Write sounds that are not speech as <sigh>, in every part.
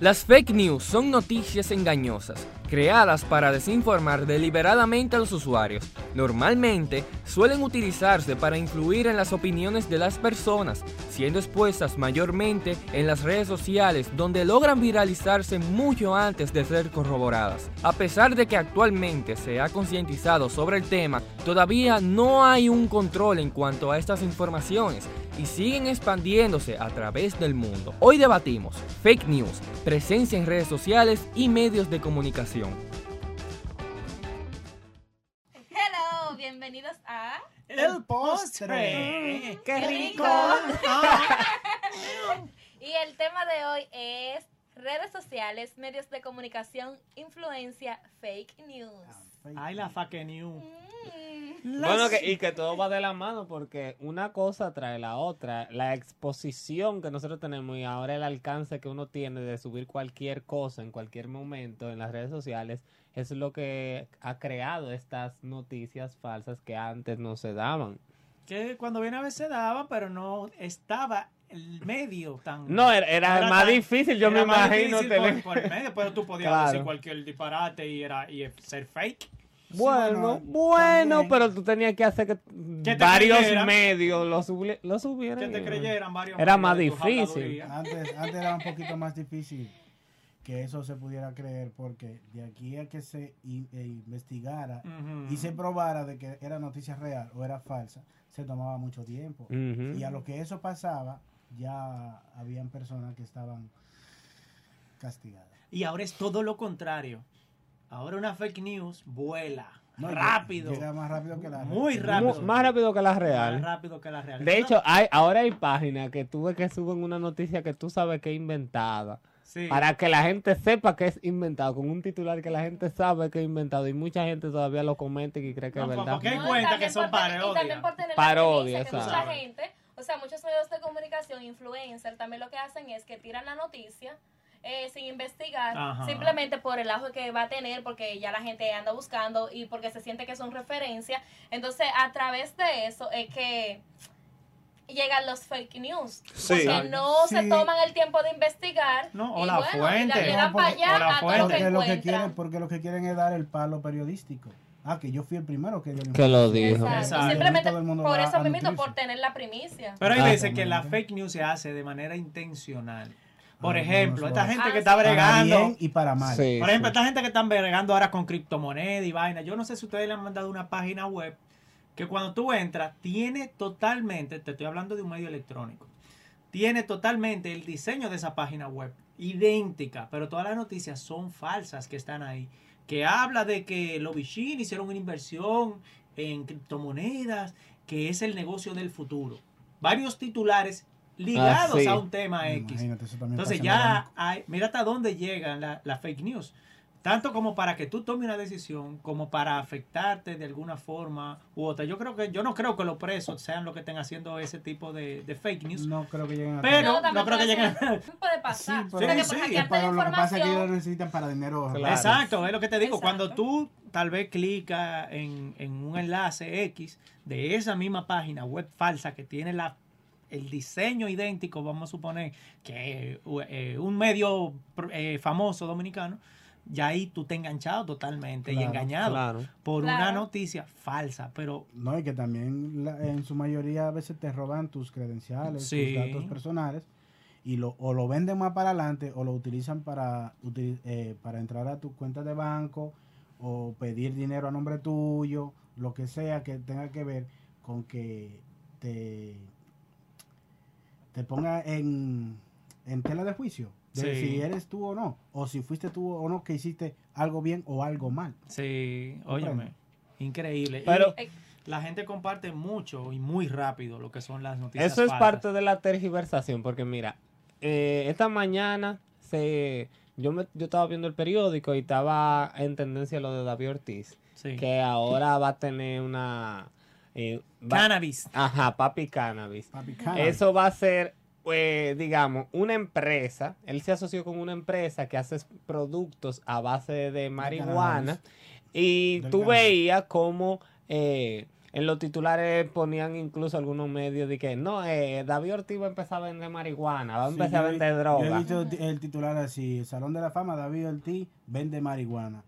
Las fake news son noticias engañosas, creadas para desinformar deliberadamente a los usuarios. Normalmente suelen utilizarse para influir en las opiniones de las personas, siendo expuestas mayormente en las redes sociales donde logran viralizarse mucho antes de ser corroboradas. A pesar de que actualmente se ha concientizado sobre el tema, todavía no hay un control en cuanto a estas informaciones y siguen expandiéndose a través del mundo. Hoy debatimos fake news, presencia en redes sociales y medios de comunicación. Hello, bienvenidos a El postre. ¡Qué rico! Y el tema de hoy es redes sociales, medios de comunicación, influencia, fake news. Ay, la fucking new. Bueno, que- y que todo va de la mano porque una cosa trae la otra. La exposición que nosotros tenemos y ahora el alcance que uno tiene de subir cualquier cosa en cualquier momento en las redes sociales es lo que ha creado estas noticias falsas que antes no se daban. Que cuando viene a veces daba, pero no estaba el medio tan. No, era- era más tan- difícil, yo era me más imagino difícil por- tener- Por, el medio, pero tú podías Claro. decir cualquier disparate y, era, y ser fake. Bueno, bueno, bueno, pero tú tenías que hacer que te varios creyeran. medios lo, subli- lo subieran. Que te creyeran varios Era medios más de tu difícil. habladuría. Antes, antes era un poquito más difícil que eso se pudiera creer porque de aquí a que se i- e investigara Ujú. y se probara de que era noticia real o era falsa, se tomaba mucho tiempo. Ujú. Y a lo que eso pasaba, ya habían personas que estaban castigadas. Y ahora es todo lo contrario. Ahora una fake news vuela. No, lle- rápido. Llega más rápido que la Muy rápido. Mu- Más rápido que la real. Más rápido que la real. De hecho, hay, ahora hay páginas que tú ves que suben una noticia que tú sabes que es inventada. Sí. Para que la gente sepa que es inventado, con un titular que la gente sabe que es inventado y mucha gente todavía lo comenta y cree que es No, verdad. porque- Ten No, y cuenta también que son por tener- Y parodias. también por tener la Parodias, premisa que mucha exacto. gente, o sea, muchos medios de comunicación, influencers, también lo que hacen es que tiran la noticia eh, sin investigar, Ajá. simplemente por el ajo que va a tener, porque ya la gente anda buscando y porque se siente que son referencia. Entonces, a través de eso es que llegan los fake news, porque Exacto. no se Sí. toman el tiempo de investigar No, y o la bueno, fuente. le No, dan para porque- allá o la a todo lo que Porque lo, que quieren, encuentran. porque lo que quieren es dar el palo periodístico. Ah, que yo fui el primero que dio la Que lo información. dijo. Exacto. Exacto. Simplemente Todo el mundo por va eso a mismo, por nutrirse. tener la primicia. Pero hay Ah, veces que la también. fake news se hace de manera intencional. Por Ah, ejemplo, no, esta no. gente Ah, que está sí. Para bregando. bien y para mal. Sí, Por ejemplo, sí. esta gente que están bregando ahora con criptomonedas y vaina. Yo no sé si ustedes le han mandado una página web que cuando tú entras tiene totalmente, te estoy hablando de un medio electrónico, tiene totalmente el diseño de esa página web idéntica, pero todas las noticias son falsas que están ahí. Que habla de que los bichines hicieron una inversión en criptomonedas, que es el negocio del futuro. Varios titulares ligados sí. a un tema X. Imagínate, eso también Entonces pasa en el ya, banco. hay- mira hasta dónde llegan la- las fake news. Tanto como para que tú tomes una decisión, como para afectarte de alguna forma u otra. Yo creo que yo no creo que los presos sean los que estén haciendo ese tipo de, de fake news. No creo que lleguen a Pero- tanto. también no creo que puede lleguen- ser. Puede pasar. Sí, O sea, que pero, por sí, hackearte la pero lo que pasa es que ellos información, lo necesitan para dinero. Claro. Exacto, es lo que te digo. Exacto. Cuando tú tal vez clicas en, en un enlace X de esa misma página web falsa que tiene la, el diseño idéntico, vamos a suponer que eh, un medio pr- eh, famoso dominicano, ya ahí tú te enganchado totalmente y Claro, engañado claro. por una Claro. noticia falsa, pero No, y que también la- en su mayoría a veces te roban tus credenciales, Sí. tus datos personales, y lo, o lo venden más para adelante o lo utilizan para, util- eh, para entrar a tu cuenta de banco o pedir dinero a nombre tuyo, lo que sea que tenga que ver con que te, te ponga en, en tela de juicio. De Sí. si eres tú o no, o si fuiste tú o no que hiciste algo bien o algo mal. Sí, óyeme, Comprendo. increíble. Pero- Y eh, la gente comparte mucho y muy rápido lo que son las noticias Eso es falsas. parte de la tergiversación, porque mira, eh, esta mañana se, yo, me, yo estaba viendo el periódico y estaba en tendencia lo de David Ortiz, que ahora va a tener una... eh, va- Cannabis. Ajá, papi cannabis. cannabis. Eso va a ser, eh, digamos, una empresa. Él se asoció con una empresa que hace productos a base de marihuana. Y Del tú cannabis. veías cómo eh, en los titulares ponían incluso algunos medios de que no, eh, David Ortiz va a empezar a vender marihuana, va a Sí, empezar a yo he- vender Yo he droga. visto ti- el titular así, el Salón de la Fama, David Ortiz vende marihuana.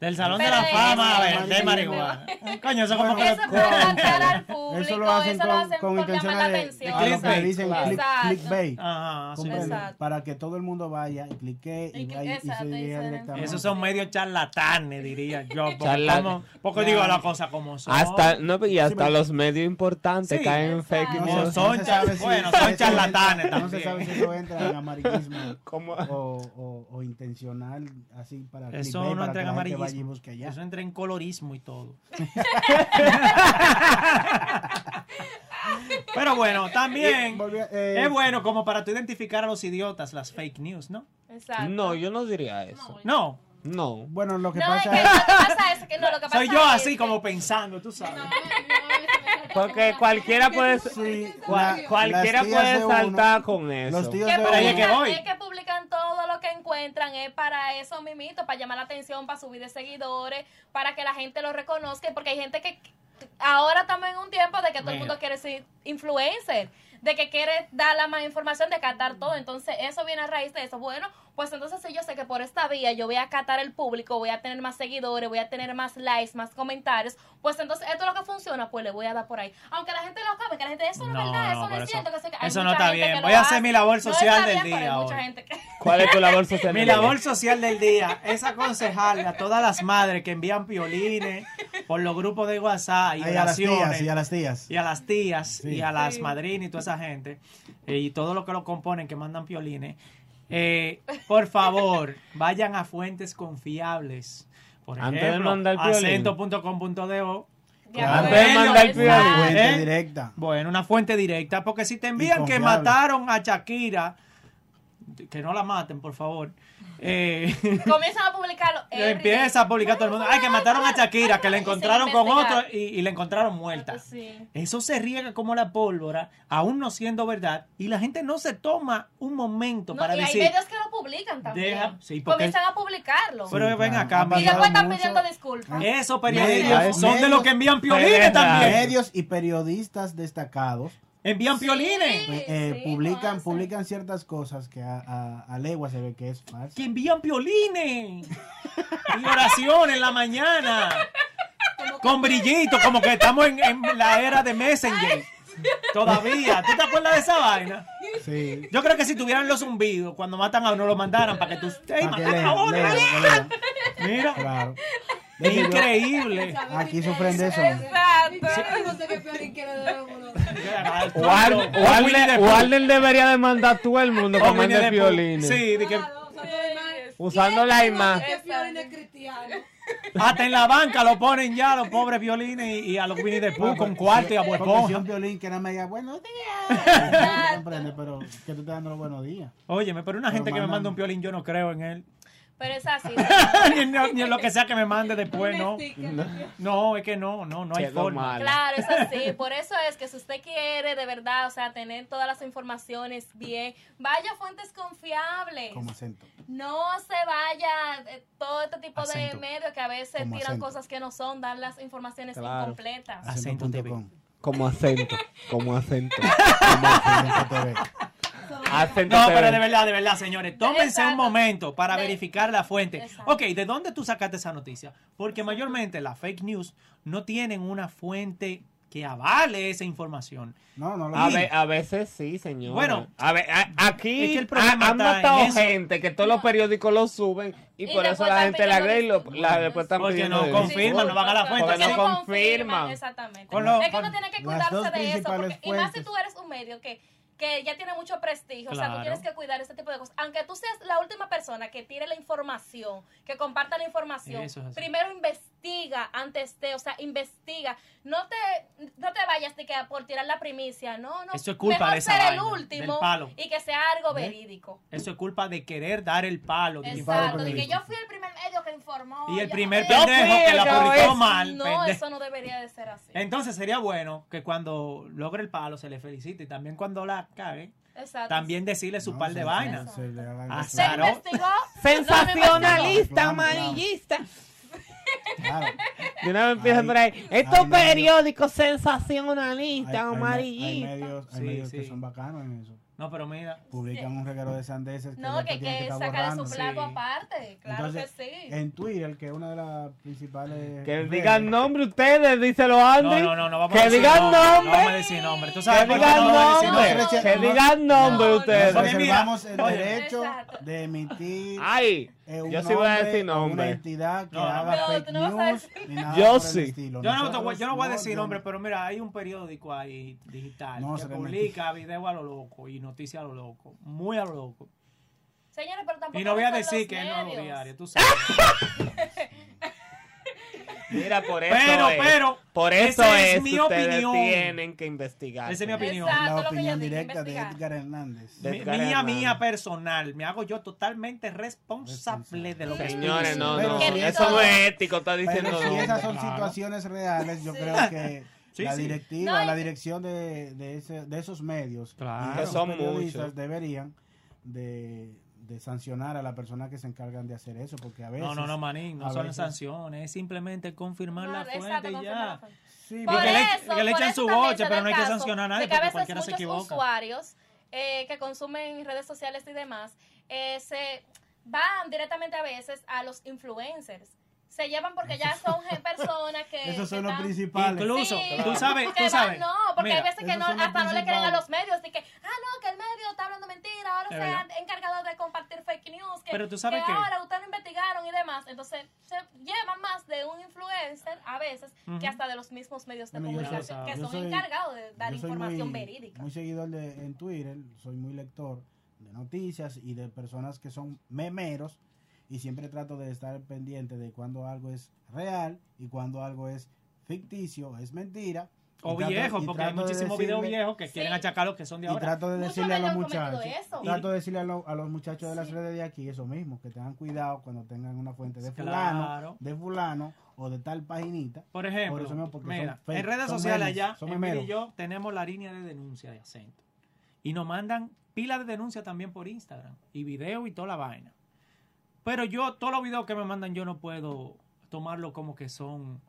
Del Salón de la Fama, a ver, de marihuana. <laughs> Coño, eso como que... Eso es para enganchar al Eso público, lo hacen eso con, lo hacen con por intenciones llamar la de- atención. a lo que Clickbait, le dicen claro. click- Exacto. clickbait. Ajá, sí. Comprende, Exacto. Para que todo el mundo vaya y clique y, vaya y se exacto, dirija directamente. Esos son medios charlatanes, diría yo. Porque, Charla- como- porque digo las cosas como son. Hasta, no, y hasta pero- los medios importantes Sí, caen en fake exacto. news. No, son char- bueno, son charlatanes <laughs> No se también. sabe si eso entra <laughs> en amarillismo o, o- o intencional, así para Eso clickbait, no entra en para que la gente vaya y amarillismo. busque allá. Eso entra en colorismo y todo. <laughs> Pero bueno, también eh, es bueno como para tú identificar a los idiotas las fake news, ¿no? Exacto. No, yo no diría eso. No. No. Bueno, lo que No, es que pasa lo que pasa es que no, lo que pasa Soy yo es así como pensando, tú sabes. Porque cualquiera puede, cua- la- cualquiera las tías puede de uno- saltar con eso. los tíos que de uno- publican, es que publican todo lo que encuentran es para eso mimito, para llamar la atención, para subir de seguidores, para que la gente lo reconozca, porque hay gente que ahora estamos en un tiempo de que todo el Mira. mundo quiere ser influencer, de que quiere dar la más información, de catar todo, entonces eso viene a raíz de eso. Bueno, pues entonces si yo sé que por esta vía yo voy a catar el público, voy a tener más seguidores, voy a tener más likes, más comentarios, pues entonces esto es lo que funciona, pues le voy a dar por ahí. Aunque la gente lo cabe, que la gente eso no, No, es verdad, no, eso no pero es cierto, que sé que hay eso no mucha está gente bien. que Voy lo a hacer mi labor No social está bien, del pero día hay mucha hoy. gente que- ¿Cuál es tu labor social? Mi del eh, día? labor social del día es aconsejarle a todas las madres que envían piolines por los grupos de WhatsApp y Ay, a las tías, oraciones. y a las tías. Y a las tías y a las Sí. madrinas y toda esa gente eh, y todo lo que lo componen que mandan piolines. eh, por favor, vayan a fuentes confiables. Por Antes de ejemplo, mandar piolín. acento.com.do. Antes de mandar piolín. Una fuente directa. Bueno, una fuente directa. Porque si te envían que confiable. mataron a Shakira, que no la maten, por favor. Eh, Comienzan a publicarlo. lo empieza a publicar todo el mundo. Ay, que mataron a Shakira, que la encontraron con investigar. otro <laughs> y, y la encontraron muerta. Sí. Eso se riega como la pólvora, aún no siendo verdad, y la gente no se toma un momento No, para y decir. hay medios que lo publican también. Deja- sí, porque- Comienzan a publicarlo. Pero ven acá, y mami. Ah. después están pidiendo disculpas. Esos periodistas son de los que envían piolines Medios- también. Medios y periodistas destacados. Envían piolines. Eh, eh, publican, publican ciertas cosas que a, a, a legua se ve que es falso. Que envían piolines y oración en la mañana. Con brillito, como que estamos en, en la era de Messenger. Todavía. ¿Tú te acuerdas de esa vaina? <laughs> Sí. Yo creo que si tuvieran los zumbidos, cuando matan a uno lo mandaran para que tú. ¡Ey, Pa' que mataron a lean, uno! lean, que lean. Mira. Claro. Increíble. Aquí sufren de eso. <laughs> Warner, Warner- Warner debería demandar a todo el mundo Oh, que Winnie the mande Pooh. violines. Sí, de que Usando la imagen. hasta en la banca lo ponen ya a los pobres violines y, y a los Winnie the Pooh con cuarto y a Porque si hueponja. un violín que nada más diga buenos días. Comprende, pero que tú estás dando los buenos días. Óyeme, pero una Pero gente que me mandan- manda un violín, yo no creo en él. <laughs> Pero es así. ni, en, ni en lo que sea que me mande después, no. No, es que no, no, no hay Es lo forma. malo. Claro, es <laughs> así. Por eso es que si usted quiere de verdad, o sea, tener todas las informaciones bien, vaya a fuentes confiables. Como acento. No se vaya eh, todo este tipo Acento. de medios que a veces Como tiran acento. cosas que no son, dan las informaciones Claro. incompletas. Como acento, como acento. como acento. Hacen No, que te pero ven. de verdad, de verdad, señores, tómense Exacto. un momento para De- verificar la fuente. Ok, ¿de dónde tú sacaste esa noticia? Porque mayormente las fake news no tienen una fuente que avale esa información. No, no A, ve- a veces sí, señor. Bueno. a ve- a- aquí Es que el ha- problema han está matado en eso. gente que todos los periódicos lo suben y, Y por después eso están la gente la pidiendo cree y lo, la, después están Porque pidiendo no disculpas. confirman, no van a la fuente. Porque Porque no no confirman. Exactamente. Con lo- es que con uno tiene que las cuidarse dos de eso. principales porque- y más si fuentes. tú eres un medio que, que ya tiene mucho prestigio. O sea, Claro. tú tienes que cuidar ese tipo de cosas. Aunque tú seas la última persona que tire la información, que comparta la información, Eso es así. primero investiga antes de, o sea, investiga. No te, no te vayas de que por tirar la primicia. No, no. Eso es culpa Mejor de esa ser el vaina, último del palo. y que sea algo ¿Ve? verídico. Eso es culpa de querer dar el palo. de Exacto, información. de que yo fui el primer medio que informó. Y el yo- primer Yo fui pendejo que el la que publicó lo es. mal, No, pendejo. eso no debería de ser así. Entonces sería bueno que cuando logre el palo se le felicite y también cuando la cague, Exacto. también decirle su par de vainas. Ah. Se Azaró. investigó. Sensacionalista, amarillista. De una vez empiezan por ahí. Estos periódicos sensacionalistas, hay me- Hay amarillistas. medios, hay Sí, medios que sí. son bacanos en eso. No, pero mira. Publican un regalo de sandeces que No, después que, tienen que estar saca de borrando. su plato aparte. Claro Entonces, que sí. En Twitter, que es una de las principales. Que redes, digan nombre ustedes, díselo Andy. No, no, no, no vamos a Que decir digan nombre, no nombre. vamos a decir nombre. Tú sabes Que por qué no digan vamos a decir nombre. nombre. Que digan nombre ustedes. Nos reservamos el derecho de emitir. Ay, eh, un yo sí voy a nombre decir o Una nombre. entidad que No, no, haga no, fake tú no vas a news. decir- ni nada Yo por el sí. estilo. Yo no, te voy, Nosotros- yo no voy a decir yo nombre, pero mira, hay un periódico ahí digital No, que se le publica video a lo loco y noticias a lo loco, muy a lo loco. Señores, pero tampoco. Y no voy a son los decir que es nuevo medios. diario, tú sabes. Mira, por eso. Pero, es, pero, Por eso esa es es, mi ustedes opinión. tienen que investigar. Esa es mi opinión. La opinión directa de Edgar Hernández. Mi- mía, mía personal. Me hago yo totalmente responsable de lo que Señores, estoy no, diciendo. no. Eso no es ético, está diciendo. Pero si esas son Claro. situaciones reales, yo creo que Sí, la sí. directiva, No, y- la dirección de, de, ese- de esos medios, Claro. y Que esos son periodistas muchos. deberían de, de sancionar a la persona que se encargan de hacer eso, porque a veces... No, no, no, manín, no a son veces- sanciones, es simplemente confirmar la Exacto, fuente y confirma la ya. fuente. Sí, Por Por que le, eso, que le por echen eso su también boche, se pero da no hay el que caso sancionar a nadie de que a porque veces cualquiera se muchos equivoca. usuarios eh, que consumen redes sociales y demás eh, se van directamente a veces a los influencers. Se llevan porque ya <laughs> son gen- personas que. Esos son que los están- principales. Incluso, Sí, tú sabes, que tú van- sabes. no, porque hay Mira, veces que esos no, son los hasta no le creen a principales. los medios. De que, ah, no, que el medio está hablando mentira, ahora Es se han verdad. encargado de compartir fake news. Que, Pero tú sabes que que- ahora ustedes lo investigaron y demás. Entonces, se llevan más de un influencer a veces Ujú. que hasta de los mismos medios de Bueno, yo comunicación soy- que yo son soy- encargados de dar yo soy información muy- verídica. Muy seguidor de, en Twitter, soy muy lector de noticias y de personas que son memeros y siempre trato de estar pendiente de cuando algo es real y cuando algo es ficticio, es mentira. O Y trato- viejos, y porque hay trato de muchísimos videos decirle- viejos que quieren achacar los que son de y ahora. trato de decirle a los menos muchachos, cometido eso. trato de decirle a, lo- a los muchachos de las redes de aquí eso mismo, que tengan cuidado cuando tengan una fuente de fulano, Claro. de fulano o de tal paginita. Por ejemplo, eso mismo, porque son mira, fake, en redes son sociales memes, allá, son Emilio y memeros. yo tenemos la línea de denuncia de acento. Y nos mandan pilas de denuncia también por Instagram. Y video y toda la vaina. Pero yo, todos los videos que me mandan, yo no puedo tomarlo como que son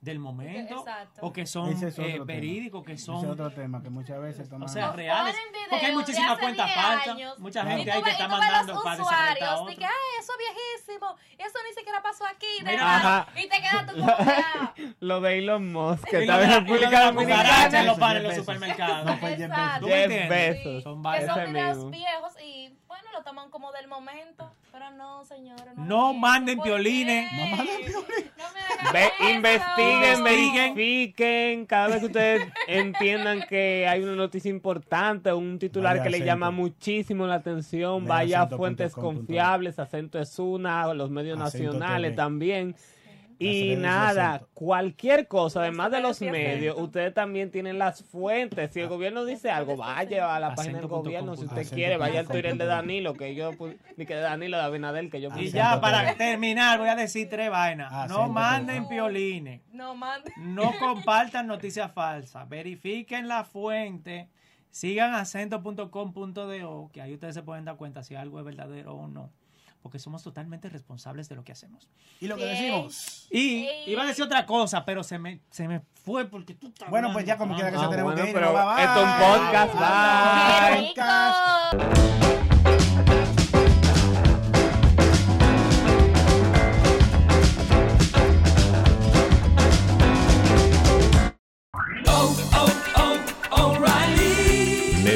del momento. Exacto. O que son Ese es otro eh, tema. verídicos, que Ese son... es otro tema que muchas veces O toman. sea, real reales. Ponen videos Porque hay de muchísimas hace cuentas 10 falsas. años. Mucha Claro. gente Y tú ahí que ves- está y tú ves mandando los para desacreditar a usuarios de otro. que, ah, eso es viejísimo, eso ni siquiera pasó aquí, de Mira, nada". ajá. y te quedas tú como que, ah, <laughs> Lo de Elon Musk, Y que lo está de en la- y lo de la República cucaracha en Dominicana. los panes en los supermercados. No, pues, Jeff Bezos. ¿Tú me Jeff entiendes? Bezos. Son que varios. son Ese videos mismo. viejos y bueno, lo toman como del momento, pero no, señores, no. No manden ¿Por qué? piolines. Ve- Eso. investiguen, verifiquen. Cada vez que ustedes entiendan que hay una noticia importante, un titular Vaya que le acento. llama muchísimo la atención, Ve vaya a acento punto fuentes com punto confiables, acento es una, los medios Acento nacionales TV. también. Y redes de nada, acento. cualquier cosa, además de los sí, medios, ustedes también tienen las fuentes. Si el gobierno dice algo, vaya a la página del Acento punto com gobierno. punto com. Si usted Acento quiere, punto vaya al com Twitter punto de com. Danilo, que yo, pu- ni que de Danilo, de Abinadel, que yo Y puse. ya para terminar, voy a decir tres vainas. Acento no manden piolines. No manden. No compartan noticias falsas. Verifiquen la fuente. Sigan acento.com.do, que ahí ustedes se pueden dar cuenta si algo es verdadero o no. porque somos totalmente responsables de lo que hacemos. Y lo que decimos. Y iba a decir otra cosa, pero se me, se me fue porque tú estás Bueno, pues ya como quiera que sea, tenemos que Ah, ir. pero Bye, bye. esto es un podcast, Bye. bye.